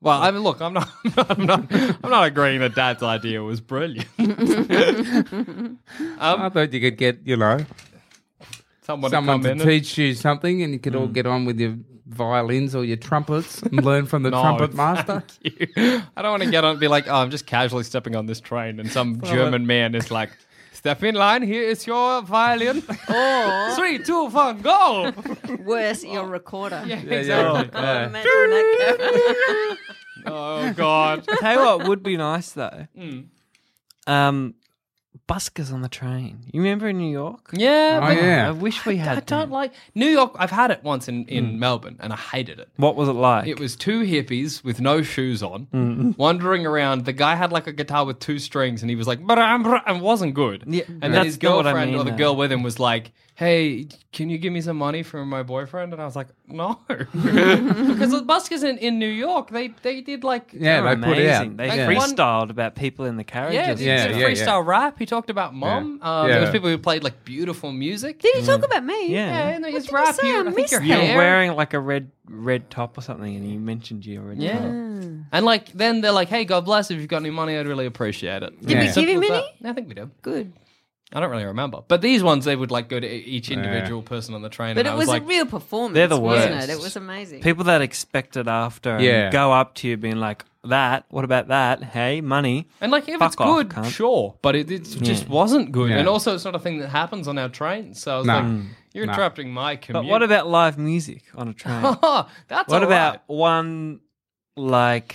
A: well, I mean, look, I'm not, I'm not, I'm not agreeing that Dad's idea was brilliant.
E: I thought you could get you know
A: Someone,
E: someone
A: to
E: to
A: come in. and- Mm.
E: teach you something, and you could all get on with your violins or your trumpets and learn from the
A: No,
E: trumpet master.
A: I don't want to get on and be like, oh, I'm just casually stepping on this train, and some German man is like, step in line, here is your violin. Oh, three, two, one, go.
F: worse your recorder.
A: exactly.
F: Imagine that going.
A: Oh, God.
D: Tell you what would be nice though.
A: Mm.
D: Um, buskers on the train. You remember in New York?
A: Yeah,
E: Oh
A: but
D: I
E: yeah,
D: wish we had.
A: I don't
D: them.
A: like New York. I've had it once in, in Melbourne, and I hated it.
D: What was it like?
A: It was two hippies with no shoes on, wandering around. The guy had like a guitar with two strings, and he was like, "Brah, brah," and wasn't good.
D: Yeah,
A: and
D: that's
A: then his
D: not what I
A: girlfriend or
D: mean,
A: the
D: though.
A: girl with him was like, "Hey, can you give me some money for my boyfriend?" And I was like, "No," because the buskers in, in New York, they they did like
E: yeah. They put it
D: amazing.
E: out.
D: They
A: Like one-
D: freestyled about people in the
A: Yeah,
D: carriages.
A: he
E: Yeah,
A: did
E: yeah, yeah.
A: freestyle rap. He talked about mom. Um, There
E: Yeah.
A: was people who played like beautiful music.
F: Did you talk about me?
A: Yeah,
D: yeah.
A: and
F: What
A: his
F: did I
A: rap.
F: say?
A: you-
F: I
A: I think
F: missed
A: your
F: that.
D: You're
A: hair.
D: wearing like a red red top or something, and you mentioned you already.
A: Yeah.
F: Mm.
A: And like then they're like, "Hey, God bless. If you've got any money, I'd really appreciate it."
E: Did we Yeah. give
A: Simple
F: him
A: as
F: any?
A: that. I think we did.
F: Good.
A: I don't really remember. But these ones, they would like go to e- each individual person on the train.
F: But
A: and I
F: it
A: was,
F: was
A: like,
F: a real performance,
D: They're the
F: wasn't
D: worst.
F: it? It was amazing.
D: People that expect it after and
E: Yeah.
D: go up to you being like, "That? What about that? Hey, money."
A: and like if
D: Fuck
A: it's
D: off,
A: good,
D: cunt. Mm.
A: sure. But it, it just
D: Yeah.
A: wasn't good.
E: Yeah.
A: And also, it's not a thing that happens on our train. So I was
E: No.
A: like,
E: Mm.
A: "You're
E: No.
A: interrupting my commute."
D: But what about live music on a train?
A: Oh, that's
D: what
A: all
D: about
A: right.
D: one like?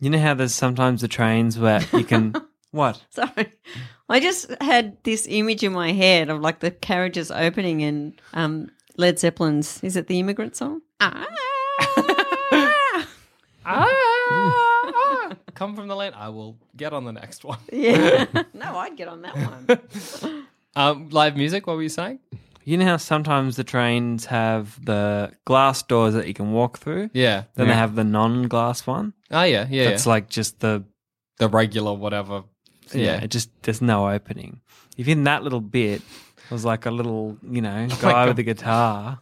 D: You know how there's sometimes the trains where you can what?
F: Sorry. I just had this image in my head of like the carriages opening and um, Led Zeppelin's, is it the immigrant song? Ah.
A: Ah, ah. come from the land. I will get on the next one.
F: Yeah. no, I'd get on that one.
A: Um, live music. What were you saying?
D: You know how sometimes the trains have the glass doors that you can walk through?
A: Yeah.
D: Then they have the non glass one.
A: Oh yeah, yeah.
D: That's
A: yeah.
D: like just the
A: the regular whatever.
D: yeah,
A: Yeah.
D: it just there's no opening. If in that little bit was like a little, you
A: Oh
D: know, guy with a guitar.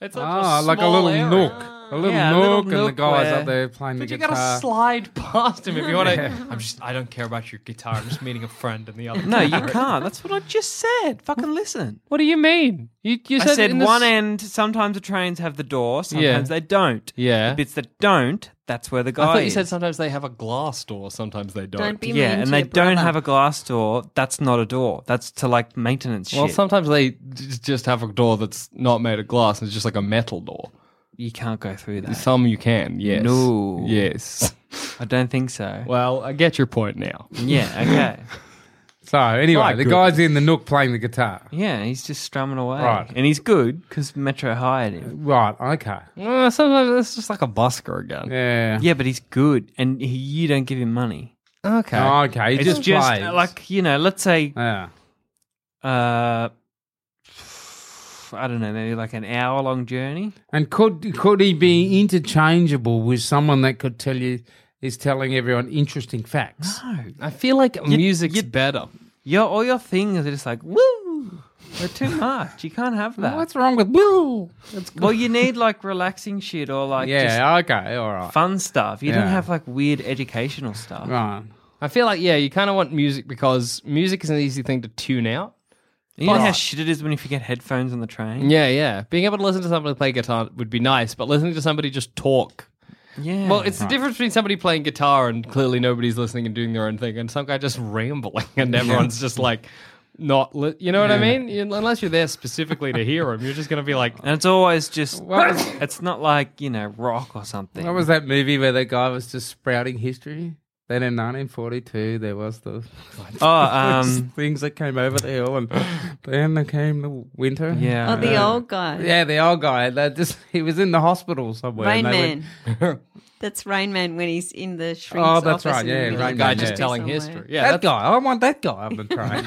A: It's
E: Ah, like a little
A: area.
E: nook. A little
D: Yeah, a little
E: nook, and the
D: nook
E: guy's
D: where-
E: up there playing
A: But
E: the
A: you
E: guitar.
A: gotta slide past him if you want to. I'm just. I don't care about your guitar. I'm just meeting a friend and the other.
D: No, you can't. That's what I just said. Fucking listen.
A: What do you mean? You, you
D: I said one end, sometimes the trains have the door, sometimes they don't.
A: Yeah.
D: The bits that don't, that's where the guy
A: I thought you
D: is.
A: said sometimes they have a glass door. Sometimes they don't.
F: Don't be mean
D: yeah, and
F: to
D: they
F: your
D: don't
F: brother.
D: have a glass door. That's not a door. That's to like maintenance
A: well,
D: shit.
A: sometimes they j- just have a door that's not made of glass. and It's just like a metal door.
D: you can't go through that.
A: Some you can. Yes.
D: No.
A: Yes.
D: I don't think so.
A: Well, I get your point now.
D: Yeah, okay.
E: So
A: My
E: anyway, the
A: goodness.
E: guy's in the nook playing the guitar.
D: Yeah, he's just strumming away.
E: Right.
D: And he's good because Metro hired him.
E: Right. Okay.
A: Uh, sometimes it's just like a busker again.
E: Yeah.
D: Yeah, but he's good and he, you don't give him money.
A: Okay.
E: Oh, Okay. He
D: it's
E: just,
D: just,
E: plays.
D: uh, like, you know, let's say,
E: Yeah.
D: uh, I don't know, maybe like an hour long journey.
E: And could could he be interchangeable with someone that could tell you is telling everyone interesting facts?
A: I feel like music's
D: you-
A: better.
D: Your, all your things are just like, woo, they're too much. You can't have that.
E: What's wrong with woo? That's
D: well, you need like relaxing shit or like just
E: yeah. okay. All right.
D: fun stuff. You don't
E: Yeah.
D: have like weird educational stuff.
E: Right.
A: I feel like yeah, you kind of want music because music is an easy thing to tune out.
D: You know how
A: Right.
D: shit it is when you forget headphones on the train?
A: Yeah, yeah. Being able to listen to somebody play guitar would be nice, but listening to somebody just talk.
D: Yeah.
A: Well, it's the difference between somebody playing guitar and clearly nobody's listening and doing their own thing, and some guy just rambling and everyone's just like not. Li- you know what I mean? You- Unless you're there specifically to hear him, you're just gonna be like,
D: And it's always just,
E: What was-
D: it's not like, you know, rock or something.
E: What was that movie where that guy was just sprouting history? Then in 1942, there was the
D: Oh, um,
E: things that came over the hill, and then there came the winter.
D: yeah.
F: Oh, the old guy.
E: Yeah, the old guy. That just he was in the hospital somewhere.
F: Rain
E: and they
F: Man.
E: went-
F: that's Rain Man when he's in the shrink's
E: Oh,
F: office
E: that's right,
F: and
E: yeah,
F: he's
E: Rain
F: like
E: Man,
A: guy
E: yeah.
A: just telling
F: somewhere.
A: history. Yeah, that's-
E: that guy. I want that guy up the train.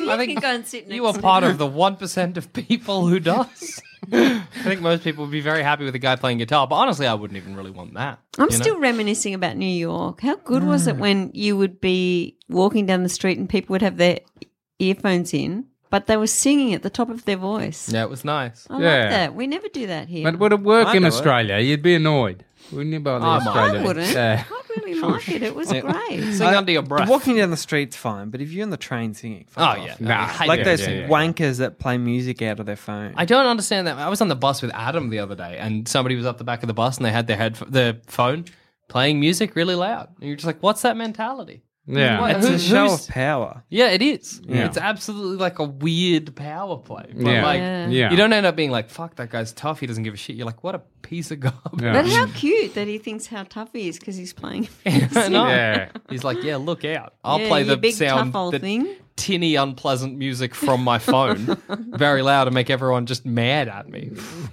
F: You can go and sit next
A: You are
F: to
A: part
F: him.
A: of the one percent of people who does. I think most people would be very happy with a guy playing guitar, but honestly, I wouldn't even really want that.
F: I'm
A: you know?
F: still reminiscing about New York. How good was it when you would be walking down the street and people would have their earphones in, but they were singing at the top of their voice?
A: Yeah, it was nice.
F: I
E: Yeah.
F: love that. We never do that here.
E: but would it work
D: I
E: in
D: do it.
E: Australia? You'd be annoyed, wouldn't you? By the
A: I might.
E: Australia,
F: Oh, I wouldn't.
E: Yeah.
F: I really liked it. It was great.
A: Sing under your breath.
D: Walking down the street's fine, but if you're in the train singing,
A: oh
D: fuck
A: yeah,
D: off.
A: nah,
D: Like
A: yeah,
D: those
A: yeah, yeah.
D: wankers that play music out of their phone.
A: I don't understand that. I was on the bus with Adam the other day, and somebody was up the back of the bus, and they had their head their phone playing music really loud, and you're just like, "What's that mentality?"
E: Yeah.
A: What-
D: it's a
A: who's-
D: show
A: who's-
D: of power.
A: Yeah, it is.
E: Yeah.
A: It's absolutely like a weird power play. But
E: Yeah.
A: like,
F: Yeah.
E: Yeah.
A: you don't end up being like, "Fuck that guy's tough. He doesn't give a shit." You're like, "What a piece of garbage."
F: But how cute that he thinks how tough he is because he's playing.
A: No.
E: Yeah.
A: He's like, yeah, look out. I'll
F: Yeah,
A: play
F: you
A: the
F: big,
A: sound,
F: tough old
A: the
F: thing.
A: tinny, unpleasant music from my phone very loud and make everyone just mad at me.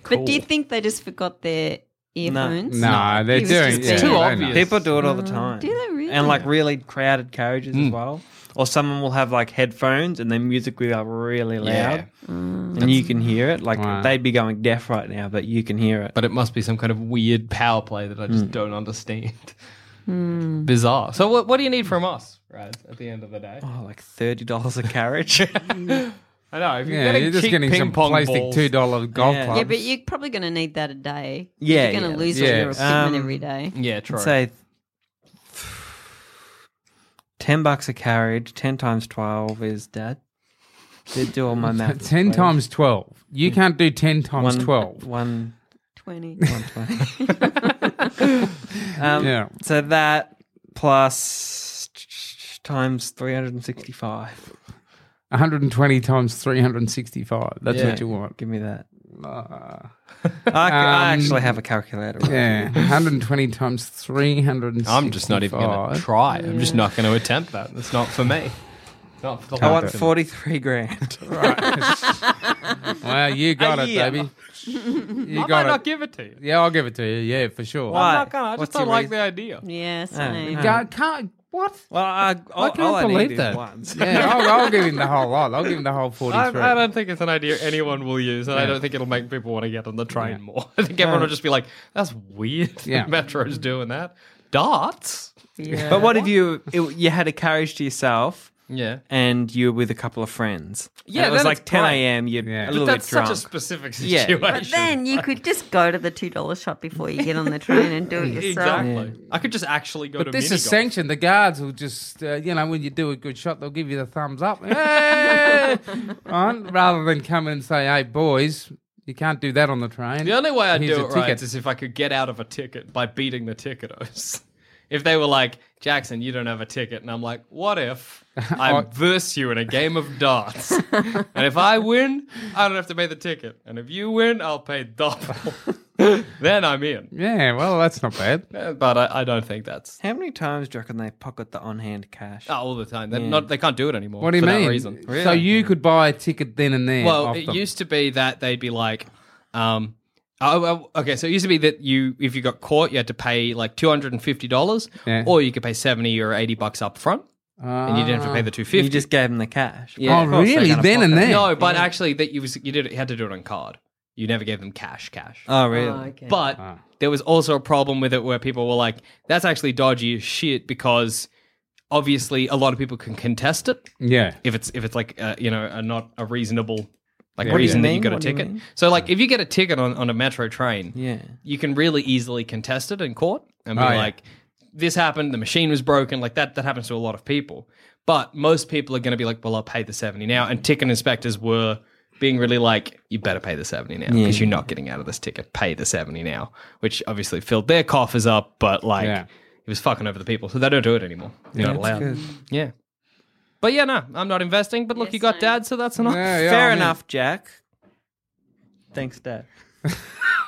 F: But do you think they just forgot their earphones?
E: No, they're
F: He was
E: doing
F: just being-
E: yeah,
A: Too
E: they know.
A: obvious.
D: People do it all the time.
F: Mm. do they really?
D: And like really crowded carriages
A: Mm.
D: as well. Or someone will have like headphones and their music will be like really loud
F: Mm.
D: and you can hear it. Like
E: Wow.
D: they'd be going deaf right now, but you can hear it.
A: But it must be some kind of weird power play that I
E: Hmm.
A: just don't understand. Bizarre. So, what, what do you need from us, Raz, at the end of the day?
D: oh, like thirty dollars a carriage.
A: I know. If you're
E: Yeah,
A: getting
E: you're just
A: cheap
E: getting
A: ping
E: some
A: pong
E: plastic
A: balls,
E: two dollar golf
D: Yeah.
E: clubs.
F: Yeah, but you're probably going to need that a day.
D: Yeah,
F: You're going
D: yeah,
F: to lose all
E: yeah.
F: your equipment
D: Um,
F: every day.
A: Yeah, true.
D: Say ten bucks a carriage. Ten times twelve is dad. Did do all my math.
E: ten times twelve. You can't do ten times
D: Hmm. one,
E: twelve.
D: One
F: 20.
D: one twenty. um,
E: Yeah.
D: So that plus times three hundred and sixty-five.
E: One hundred and twenty times three hundred and sixty-five. That's
D: Yeah.
E: what you want.
D: Give me that. I, c- I
E: Uh, Um,
D: actually have a calculator. right
E: Yeah, 120 times 300.
A: I'm just not even going to try. I'm just not going to attempt that. That's not for me.
E: Don't- don't
D: I
E: like
D: want
E: that.
D: 43 grand.
E: Well, you got
D: A
E: it,
D: year.
E: baby. You
A: I might
E: got it.
A: not give it to you.
E: yeah, I'll give it to you. Yeah, for sure.
D: Why?
A: I'm not gonna. I just
D: What's
A: don't
D: your
A: like
D: reason?
A: the idea.
F: Yes,
D: Oh,
F: I know.
D: oh.
E: Go- can't. What?
D: Well, I, all,
E: I can't
D: all need
E: believe
D: is
E: that.
D: once.
E: Yeah, I'll, I'll give him the whole lot. I'll give him the whole
A: I,
E: forty-three.
A: I don't think it's an idea anyone will use, and I don't think it'll make people want to get on the train more. I think everyone will just be like, "That's weird. that
E: Yeah.
A: Metro's doing that. Darts.
F: Yeah.
D: But what if you it, you had a carriage to yourself
A: Yeah,
D: and you were with a couple of friends? And
A: Yeah,
D: it was
A: then
D: like
A: it's
D: 10
A: great.
D: a.m. You're
E: Yeah.
D: a
E: But
D: little
A: that's
D: bit drunk.
A: such a specific
D: Yeah.
A: situation.
D: But
F: But then you could just go to the two dollar shop before you get on the train and do it yourself.
A: exactly, I could just actually go to.
E: uh, But this is
A: minigolf.
E: sanctioned. The guards will just, uh, you know, when you do a good shot, they'll give you the thumbs up. Hey! Right? Rather than come in and say, hey, boys, you can't do that on the train.
A: The only way I'd
E: Here's
A: do
E: a
A: it right
E: ticket.
A: is if I could get out of a ticket by beating the ticketos. If they were like, Jackson, you don't have a ticket. And I'm like, what if I verse you in a game of darts? and if I win, I don't have to pay the ticket. And if you win, I'll pay double. then I'm in.
E: Yeah, well, that's not bad.
A: Uh, But I, I don't think that's
D: How many times do you reckon they pocket the on hand cash?
A: oh, all the time. They're not, they can't do it anymore.
E: What do you
A: for
E: mean?
A: That reason.
E: So you could buy a ticket then and there.
A: Well,
E: off
A: it
E: them.
A: used to be that they'd be like, um, oh, well, okay, so it used to be that you, if you got caught, you had to pay like two hundred and fifty dollars,
E: Yeah.
A: or you could pay seventy or eighty bucks up front,
E: Ah.
A: and you didn't have to pay the two
D: You
A: fifty.
D: just gave them the cash.
A: Yeah,
E: oh, really? Then and there?
A: no, but actually, that you was you did it, you had to do it on card. You never gave them cash, cash.
D: Oh, really?
A: Uh,
F: okay.
A: But there was also a problem with it where people were like, "That's actually dodgy as shit," because obviously a lot of people can contest it
E: Yeah.
A: if it's if it's like uh, you know a, not a reasonable like
E: Yeah,
A: reason
D: yeah.
A: that you got a
D: What do you
A: ticket.
D: mean?
A: So like if you get a ticket on, on a metro train,
D: Yeah.
A: you can really easily contest it in court and be
E: Oh, yeah.
A: like, this happened, the machine was broken, like that that happens to a lot of people. But most people are going to be like, well, I'll pay the seventy now. And ticket inspectors were being really like, you better pay the seventy now because you're not getting out of this ticket. Pay the seventy now, which obviously filled their coffers up, but like.
E: Yeah.
A: It was fucking over the people, so they don't do it anymore. They're not allowed. Yeah. But yeah, no, I'm not investing. But look, you got dad, so that's enough.
E: Yeah, yeah,
D: Fair
E: I mean-
D: enough, Jack. Thanks, Dad.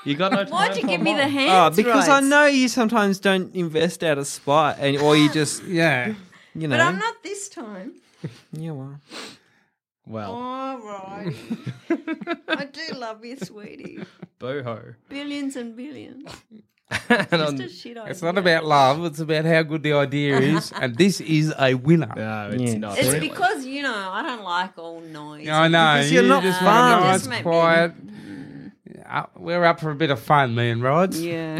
A: You got no.
F: Why'd you give me the hand?
D: Oh, because I know you sometimes don't invest out of spite, and or you just
E: Yeah.
D: you know.
F: But I'm not this time.
D: Yeah, well.
A: Well,
F: All right. I do love you, sweetie.
A: boo hoo.
F: Billions and billions.
A: And
F: Just
A: on-
F: a shit
E: It's not about love. It's about how good the idea is. and this is a winner.
A: no, it's not.
F: It's
A: really.
F: because you know I don't like all noise.
E: I know.
D: Because you're
E: you
D: not
E: just
D: fun.
E: want a
F: Just
E: nice,
F: make me-
E: quiet. Uh, we're up for a bit of fun, me and Rods.
F: Yeah.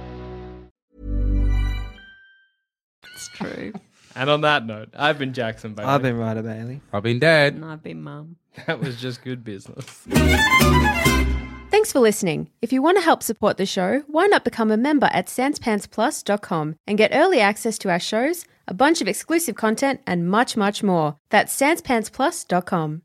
F: It's true.
A: And on that note, I've been Jackson Bailey.
D: I've been right, Bailey.
E: I've been dead.
F: And I've been mum.
A: That was just good business.
H: Thanks for listening. If you want to help support the show, why not become a member at sanspantsplus.com and get early access to our shows, a bunch of exclusive content, and much, much more. That's sanspantsplus.com.